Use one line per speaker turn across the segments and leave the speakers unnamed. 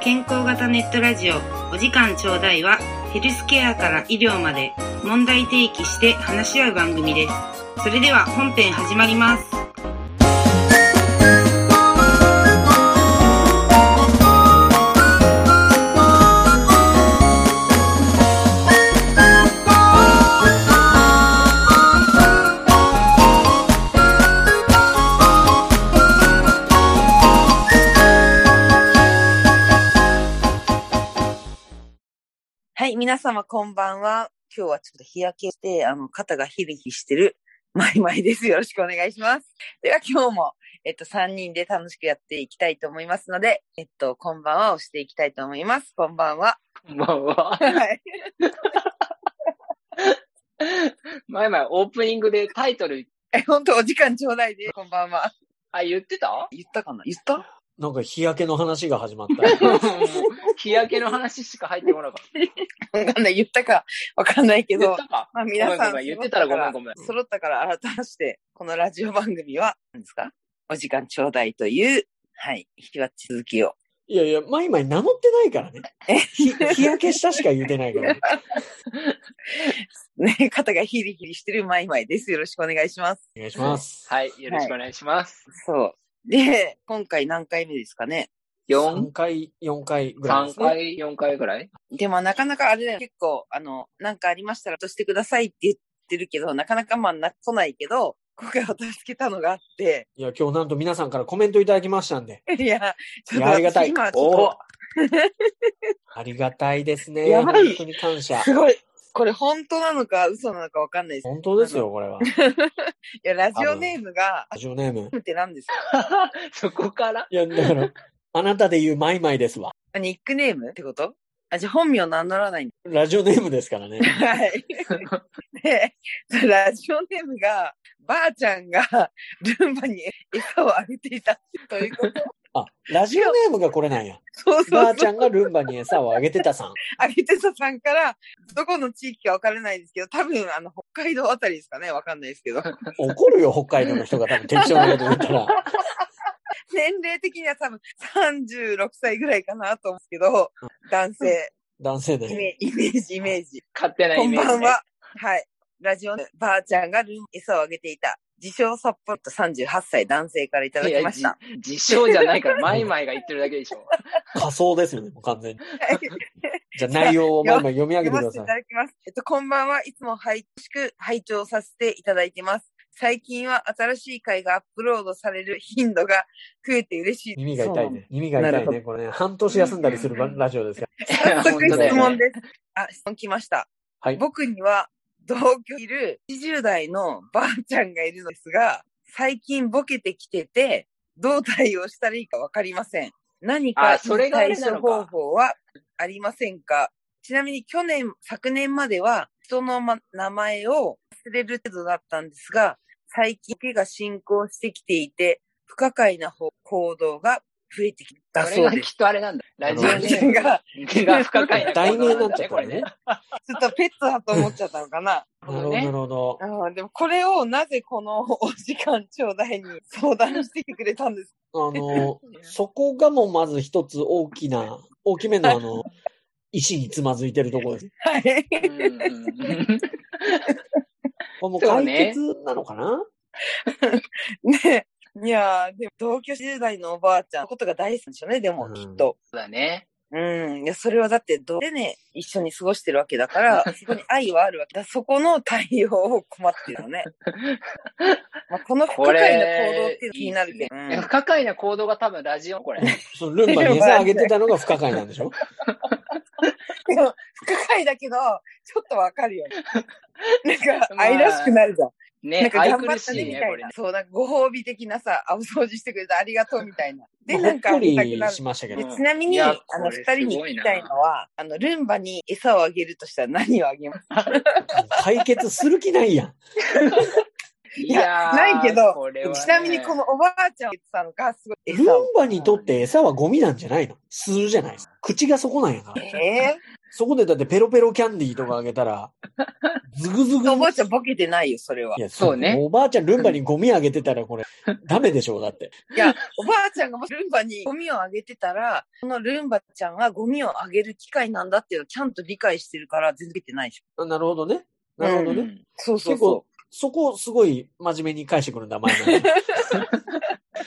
健康型ネットラジオお時間ちょうだいはヘルスケアから医療まで問題提起して話し合う番組ですそれでは本編始まります
はい、皆様こんばんは。今日はちょっと日焼けして、あの、肩がヒリヒリしてる、マイマイです。よろしくお願いします。では今日も、えっと、3人で楽しくやっていきたいと思いますので、えっと、こんばんはをしていきたいと思います。こんばんは。
こんばん
は
は。
い。
前々オープニングでタイトル、
え、本当お時間ちょうだいで、こんばんは。
あ、言って た
言ったかな言った
なんか日焼けの話が始まっ
日焼けの話しか入ってこなかっ
わかんない。言ったか、わかんない
た。
け
言
ど
っ、たか
まあ皆さん
ごめんごめん言ってたらごめんごめん
揃ったから改めして、このラジオ番組は、何ですかお時間ちょうだいという、はい、引きは続きを。
た。いやいや、マイマイ名乗ってないからね。
え
ひ日焼けしたしか言うてないから、ね。
ね、 肩がヒリヒリしてるマイマイです。よろしくお願いします。
お願いし ます。
はい、よろしくお願いします。
そう。で、今回何回目ですかね。
4
3、回、4回ぐらいで
3
すね。
回、4回ぐらい
でもなかなかあれだよ、結構、あの、なんかありましたら、としてくださいって言ってるけど、なかなかまあ、な、来ないけど、今回私つけたのがあって、
いや、今日なんと皆さんからコメントいただきましたんで。
いや、ちょっ
い
と
やありがた
私
い
今ち
お
ょ
ー
ありがたいですね。
や
本
ばい
当に感
っと、
謝。
すごい、これ本当なのか嘘なのかわかんないです。
本当ですよ、これは。
いや、ラジオネームが、
ラジオネーム。
あって何ですか
そこから
いや、だから、あなたで言うマイマイですわ。
あニックネームってことあ、じゃあ本名名乗らない ん
ラジオネームですからね。
だ。はい。で、ラジオネームが、ばあちゃんがルンバに餌をあげていたということ。
あ、ラジオネームがこれなんや。
そうそうそう。
ばあちゃんがルンバに餌をあげてたさん。
あげてたさんから、どこの地域かわからないですけど、多分、あの、北海道あたりですかねわかんないですけど。
怒るよ、北海道の人が多分適当なこと言ったら。
年齢的には多分36歳ぐらいかなと思うんですけど、男性、
男性
イ
で。
メイメージ、イメージ。
勝手な
こ
イ
ん
メージ、ね。
ばんは。はい。ラジオのばあちゃんがルン餌をあげていた、自称札幌と38歳男性からいただ
い
き
や
ました。
じ自称じゃないから、マイマイが言ってるだけでし ょ。
仮想ですよね、もう完全に。
はい
じゃあ内容をまあまあ読み上げ
読
て
ま
く
せ
だ
て
さ
い
い
た。だきます。えっと、こんばんはいつも拝聴拝聴させていただいてます。最近は新しい回がアップロードされる頻度が増えて嬉しいです。
耳が痛いね。耳が
な
痛
る
い
ほど
ね。これね、半年休んだりするばラジオですから。
早速
本当だ
質
よ
問
ね。
です。あ、質問来ました。
はい。
僕には同居いる20代のばあちゃんがいるのですが、最近ボケてきてて、どう対応したらいいかわかりません。何かい
あ
い
それがあ
対
れな
処
の
方
か
法はありませんかちなみに去年、昨年までは人の、ま、名前を忘れる程度だったんですが、最近ボケが進行してきていて、不可解な方行動が増えてきた
それ
そう
が
で
き
す。
っとあれなんだ。ラジオ
ばあ
ネ
ちゃ
ー
ん
ム
が
が不可解な
題
行
名
動なん
にな
だ
っち
ね、こ
ゃった
れ
ら
ね
ね。。
ちょっとペットだと思っちゃったのかな。
な
な
る
るほ
ほ
ど
ど、な
ね
るほど。
ああ、でもこれをなぜこのお時間ちょうだいに相談してくれたんです
あ の、そこがもうまず一つ大きな、大きめのあの、 石につまずいてるところです。
かはい。
うんうんうん
これもう
そう
解
ね
決なのかな
ねいやーでも同居10代のおばあちゃんのことが大好きなんでしょうね、でも
うん
きっと。
そうだね。
うん。いや、それはだって、どうでね、一緒に過ごしてるわけだ から、そこに愛はあるわけだ。そこの対応を困ってるの ね。まあ、この不可
こ
解
れ
な行動っていうの気になるけど。
いや不可解な行動が多分ラジオ、これ。
そのルンバに餌あげてたのが不可解なんでし
う
ょ
んでも不可解だけど、ちょっとわかるよ ね。なんか、
まあ
愛らしくなるじゃん。なん
ね、
か
愛
頑張
くる
った
し
ね
い
み
ね、
た
こ
い
れ
な。。そう、なんかご褒美的なさ、あお掃除してくれてありがとうみたいな。 で、
まあ
な
ほっ
んかあ
こ
げたく
り
なる。
しましたけ
で
ど
う。ん
ちなみ
い
に、
や
あ
こ
の、
れ
二人に
すご
聞
い
き
な
たいのは、あの、ルンバに餌をあげるとしたら何をあげます
解決する気ないやん。
い
や
ー
ないけど
これはね
ちなみに、このおばあちゃんを言ってたのが、すごい
ル ン
餌を。
バにとって餌はゴミなんじゃないの吸うじゃないですか。口がそこなんやから。
え
そこでだってペロペロキャンディーとかあげたら、ズグズグ。
おばあちゃんボケてない よ、それは。
いや
そうね
おばあちゃんルンバにゴミあげてたらこれ、ダメでしょう、だって。
いや、おばあちゃんがもしルンバにゴミをあげてたら、そのルンバちゃんはゴミをあげる機会なんだっていうのをちゃんと理解してるから、全然ボケてないでしょ。
あなるほどね。なるほどね。
うん
そうそうそ
結構、そこをすごい真面目に返してくるんだ、前の。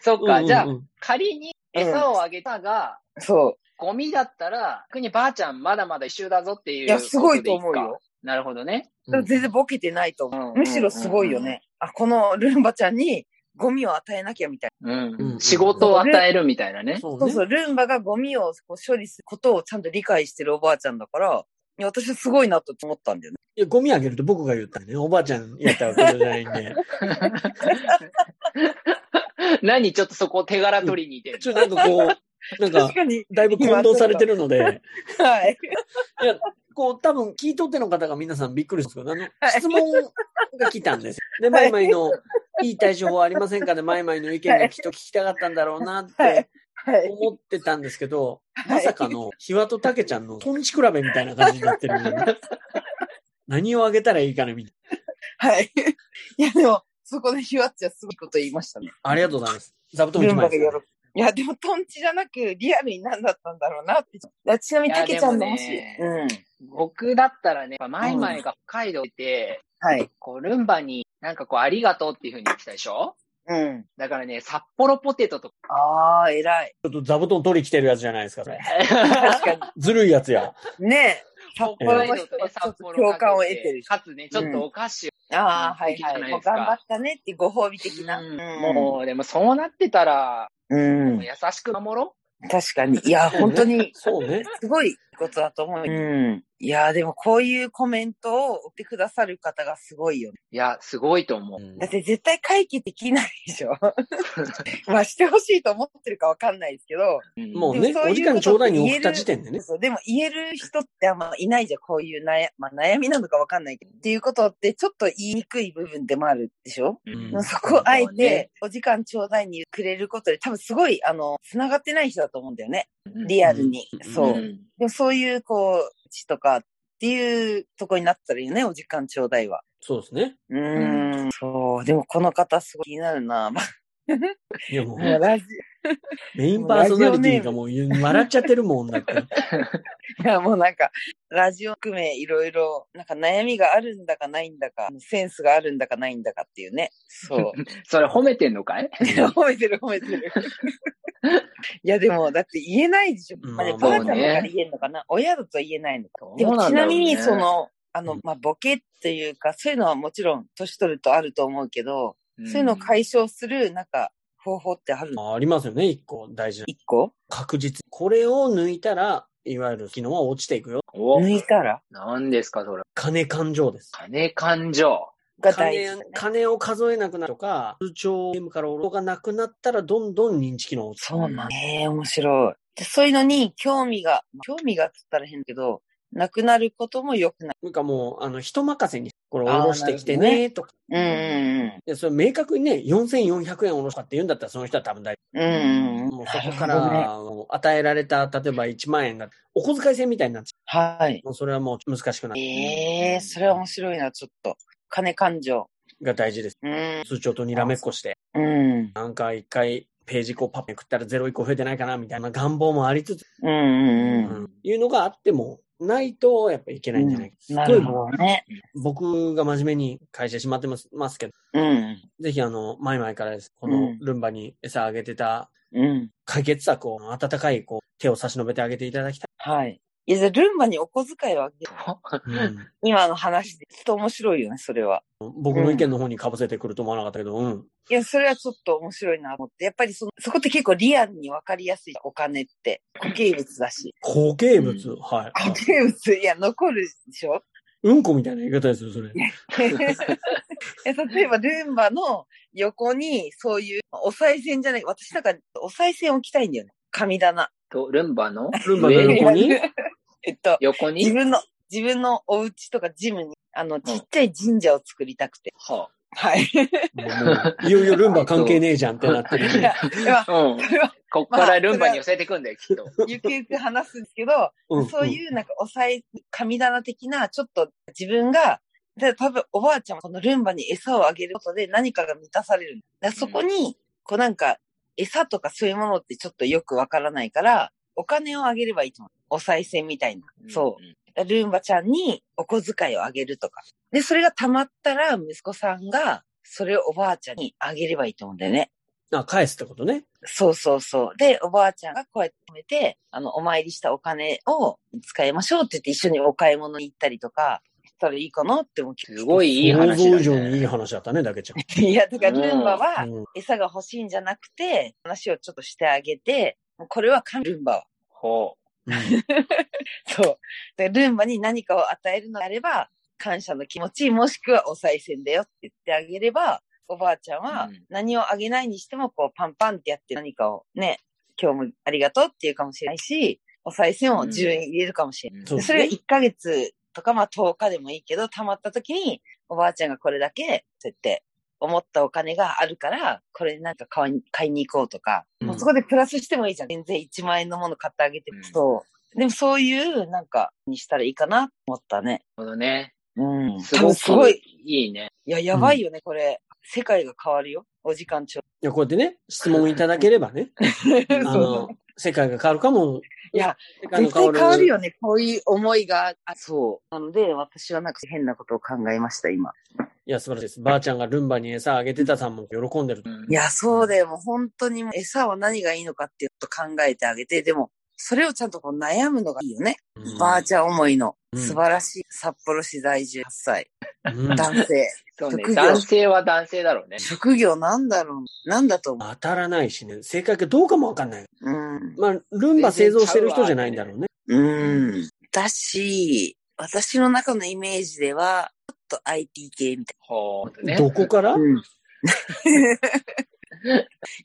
そっか、じゃあ
うんう、ん
仮に餌をあげたが、
う。そ
ゴミだったら、逆にばあちゃんまだまだ一周だぞっていう。
う。いや、すごいと思うよ。。
なるほどね。
でも全然ボケてないと思
う
う。
ん
むしろすごいよね。あ、このルンバちゃんにゴミを与えなきゃみたい
うん。
うん
仕事を与えるみたいなね。
そ
な。
う
そう
ね。
そう、ルンバがゴミをこう処理することをちゃんと理解してるおばあちゃんだから、いや、私はすごいなと思ったんだよね。
いや、ゴミあげると僕が言ったんでね。おばあちゃんやったらこれじゃないんで。
何ちょっとそこを手柄取りに行ってん
ちょっとなんかこう、なんか
確、かに。
だいぶ混同されてるので、
はい。
こう、多分、聞いとっての方が皆さんびっくりするんですけど、あの、
はい
質問が来たんです。で、
は
マイ
い
マイの、いい対処法ありませんかねマイマイの意見がきっと聞きたかったんだろうなっ
はい
て
はい。
思ってたんですけど、
はい
まさかの、ひわとたけちゃんのトンチ比べみたいな感じになってるんで、 何をあげたらいいかな、みたい
はい。いや、でも、そこでひわっちはすごいこと言いましたね。
な。ありがとうございます。座布団
ル
一
ンバ
枚
が
です
喜ぶ。いや、でも、トンチじゃなく、リアルに何だったんだろうなって。いやちなみに、
いや
たけちゃん
で
の
も
欲しい
ね。
うん。
僕だったらね、やっぱ前々が北海道行って、
はい。
こう、ルンバになんかこう、ありがとうっていう風に言ってたでしょ
うん。
だからね、札幌ポテトとか。
ああ、偉い。
ちょっと座布団取り来てるやつじゃないですか、それ。
確か
ずるいやつや。
に。ねえ。札
北
幌
海
の
道
人
と
は
ね、
ちょっ
札
と
幌
共感を
か
得
け
てる。
かつね、ちょっとお菓子を。
ああ、はい
いいじゃな
はいい。
で
も
す
う
か
頑張ったねっていうご褒美的な。
うんもう、でもそうなってたら、
うん。う
もうん優しく守ろ
確かに。いや、本当に、
そうね。
すごいことだと思う。うん。いや、でも、こういうコメントを送ってくださる方がすごいよね
う。いや、すごいと思う。
だって絶対回帰できないでし ょ。まあしてほしいと思ってるかわかんないですけど。
うん
もう
で
ね、
もそういう
お時間ちょうだいに送った時点でね。
そうでも言える人ってあんまいないじゃん、こういう悩,、まあ、悩みなのかわかんないけど。っていうことってちょっと言いにくい部分でもあるでしょ、
うん
そこをあえ
そうね
てお時間ちょうだいにくれることで多分すごい、あの、繋がってない人だと思うんだよね。リアルに。
うん
そう。
うん
でもそういう、こう、ちとかっていうとこになったらいいよね、お時間ちょうだいは。
そうですね。
うーん、そう。でもこの方すごい気になるな。まあ
いやもう、
もうラジ
メインパーソナリティがもう笑っちゃってるもん だって。
いや、もうなんか、ラジオ含めいろいろ、なんか悩みがあるんだかないんだか、センスがあるんだかないんだかっていうね。そう。
それ褒めてんのかい
褒めてる褒めてる。いや、でも、だって言えないでしょ。
うん
まあ、でも
ま
ば
あ
あち
ま
ゃ
あ
ん
ね
だから言えるのかな、親だと言えないのか。で
どう
も、
なん
ち
だ
な
ろうね
みに、その、あ
う
の
ん、
まあ、ボケというか、そういうのはもちろん、年取るとあると思うけど、
うん
そういうのを解消する、なんか、方法ってあるの
あありますよね、一個大事な。
一個
確実。これを抜いたら、いわゆる機能は落ちていくよ。
お
抜いたら
何ですか、それ。
金感情です。
金感 情。
が大事だ
金
ね。
金を数えなくなるとか、通帳ゲームからおろがなくなったら、どんどん認知機能落ちて
そうなんええ面白い。で、そういうのに興味が、興味がって言ったら変だけど、なくなることも良くない。
なんかもう、あの、人任せに、これおろしてきて
あーなるほ
ね、とか。
うんうん
で、それ明確にね、4400円おろしたって言うんだったら、その人は多分大
うん。うんうんうん。
もうそこか
なるほどね
らもう与えられた、例えば1万円がお小遣い制みたいになっちゃ
はい。
う。もうそれはもう難しくなる。
ええそれは面白いな、ちょっと。金感情。
が大事です。
うん。
通帳とにらめっこして、
うん。
なんか一回ページこうパッめくったら0一個増えてないかなみたいな願望もありつつ、
うんうんうん。
ん
いうのがあっても、ないとやっぱいけないんじゃないか。
な
例え
る
ば
ほどね。
僕が真面目に会社しまってますますけど、
うん。
ぜひあの、前々からです。こ
う
の
ん
ルンバに餌あげてた
うん。
解決策を温かいこう手を差し伸べてあげていただきたい。
はい。いや、じゃあルンバにお小遣いをあげる。
うん
今の話で。ちょっと面白いよね、それは。
僕の意見の方にかぶせてくると思わなかったけど、うん。
いや、それはちょっと面白いなと思って。やっぱりその、そこって結構リアルに分かりやすい。お金って。固形物だし。
固形物、
うん
はい。
固形物、いや、残るでしょ
うんこみたいな言い方ですよ、それ。
え例えば、ルンバの横に、そういう、お賽銭じゃない、私なんか、お賽銭置きたいんだよね。神棚。
と、ルンバの
ルンバの
上
横に
えっと、
横
自
に
分の、自分のお家とかジムに、あの、ちっちゃい神社を作りたくて。
は
はい。
もういよいよルンバ関係ねえじゃんってなってるんで。
では
あうん
これは
こっからルンバに寄せてくんだよ、きっと。
ゆくゆく話すんですけど、
うん
そういうなんか抑え、神棚的な、ちょっと自分が、で多分おばあちゃんはこのルンバに餌をあげることで何かが満たされる。だからそこに、こうなんか、餌とかそういうものってちょっとよくわからないから、お金をあげればいいと思う。お賽銭みたいな。そう
うん。
ルンバちゃんにお小遣いをあげるとか。で、それが溜まったら、息子さんが、それをおばあちゃんにあげればいいと思うんだよね。
あ、返すってことね。
そうそうそう。で、おばあちゃんがこうやって止めて、あの、お参りしたお金を使いましょうって言って一緒にお買い物に行ったりとか、したらいいかなって思って。
すごいいい
想
話
像
だ、
以上にいい
ね。
話だったね、だけちゃ
いや、だからルンバ
ん。
は
うん
餌が欲しいんじゃなくて、話をちょっとしてあげて、もうこれは神ルンバは。
ほ
うん
そう。で、ルンバに何かを与えるのであれば、感謝の気持ち、もしくはお賽銭だよって言ってあげれば、おばあちゃんは
うん
何をあげないにしても、こう、パンパンってやって何かをね、今日もありがとうっていうかもしれないし、お賽銭を自由に入れるかもしれない。
う。
そう
でそれが1ヶ月とか、まあ10日でもいいけど、溜まった時に、おばあちゃんがこれだけ、そうやって、思ったお金があるから、これなんか買い買いに行こうとか、
うん
もうそこでプラスしてもいいじゃん。全然1万円のもの買ってあげて
うん
そう。でもそういう、なんか、にしたらいいかなと思ったね。
なるほどね。
うん。
す
多分
ご
すご
くい
い。
いね。
いや、やばいよね、これ。世界が変わるよ。お時間ちょ。
いや、こうやってね、質問いただければね、あ
そう
の、世界が変わるかも。
いや、
世界の
絶対変わるよ
ね。
ね。こういう思いが。あそう。なので、私はなんか変なことを考えました、今。
いや、素晴らしいです。ばあちゃんがルンバに餌あげてたさんも喜んでる
う。ん
いや、そうだよ。もう本当に餌は何がいいのかっていうことを考えてあげて、でも、それをちゃんとこう悩むのがいいよね。
うん
ばあちゃん思いの
うん
素晴らしい札幌市在住8歳、
うん
男性。
そうね
職。業
男性は男性だろうね。
職業なんだろうなんだと思
当たらないしね、正解かどうかもわかんない。
う。うん。
まあ、ルンバ製造してる人じゃないんだろうね。
うん。だし、私の中のイメージでは、ちょっと IT 系みた
ほう。ね。
どこから
いな。うん。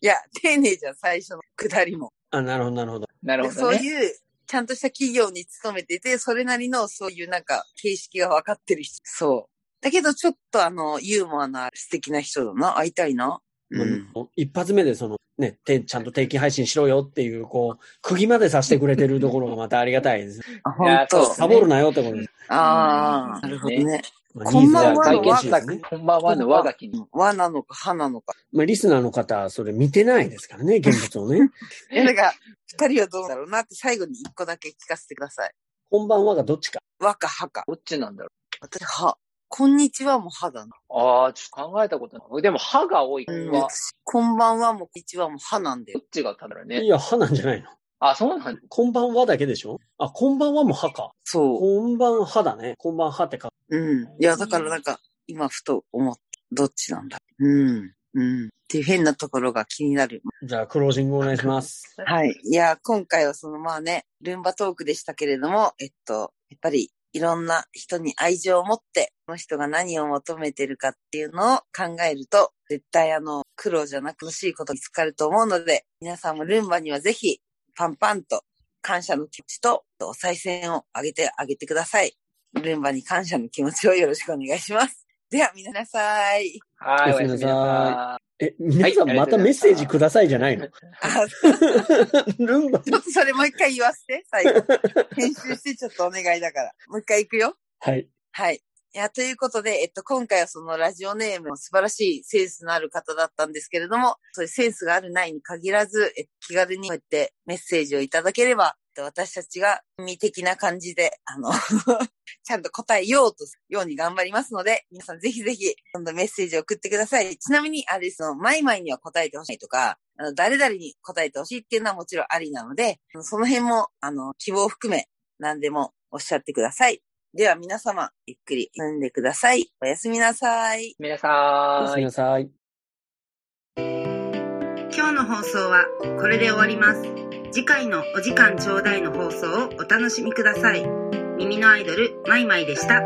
いや、丁寧じゃん、最初の下りも。
あ、なるほど、なるほど。
なるほど
そう
ね。
いう、ちゃんとした企業に勤めてて、それなりのそういうなんか形式が分かってる人。そう。だけどちょっとあの、ユーモアのある素敵な人だな。会いたいな。うん。
もう一発目でその、ね、てちゃんと定期配信しろよっていう、こう、釘までさせてくれてるところがまたありがたいです。
あ、
い
本
やそうっ
当
す。
サボるなよってことです。
ああ、
うん
なるほどね。
まあ、
こ
ニー
ん
ズ
ば
が
んは
解
の
決
わ
し
ざ
で
く
すね。
こんばんはの我がきに。
和なのか、歯なのか。
まあ、リスナーの方はそれ見てないです からね、現物をね。
いやだから、二人はどうだろうなって最後に一個だけ聞かせてください。
こんばんはがどっちか。
和か歯か。
どっちなんだろ
私、歯。こんにちはも歯だな。
う。ああ、ちょっと考えたことない。でも歯が多い子
うん
は、
こんばんはもこんにちはも歯なんだ
ど
よ
っ。ちが食べる
い
ね。
や、歯なんじゃないの
あ、そうなんだ。
こんばんはだけでしょあ、こんばんはも歯か。
そう。
こんばん歯だね。こんばん歯ってか。
うん。いや、だからなんか、今ふと思った。どっちなんだうん。うん。っていう変なところが気になる。
じゃあ、クロージングお願いします。
はい。いや、今回はそのまあね、ルンバトークでしたけれども、えっと、やっぱりいろんな人に愛情を持って、この人が何を求めてるかっていうのを考えると、絶対あの、苦労じゃなく楽しいことにつかると思うので、皆さんもルンバにはぜひ、パンパンと感謝の気持ちと、お賽銭をあげてあげてください。ルンバに感謝の気持ちを よろしくお願いします。では、皆さい。
はい、
お
おや
や
すみな
すみなさ
さ
え、皆さん
はい
またメッセージくださいじゃないの、
あ、
ルンバ。
ちょっとそれもう一回言わせて、最後。編集してちょっとお願いだから。もう一回行くよ。
はい。
はい。いや、ということで、えっと、今回はそのラジオネームの素晴らしいセンスのある方だったんですけれども、そういうセンスがあるないに限らず、え気軽にこうやってメッセージをいただければ、えっと私たちが意味的な感じで、あの、 ちゃんと答えようとするように頑張りますので、皆さんぜひぜひ、どんどんメッセージを送ってください。ちなみに、あれですの、マイマイには答えてほしいとか、あの、誰々に答えてほしいっていうのはもちろんありなので、その辺も、あの、希望を含め、何でもおっしゃってください。では皆様、ゆっくり飲んでください。おやすみなさい。
みな
おやす
さ
み
い。
なさい。
今日の放送はこれで終わります次回のお時間ちょうだいの放送をお楽しみください耳のアイドルマイマイでした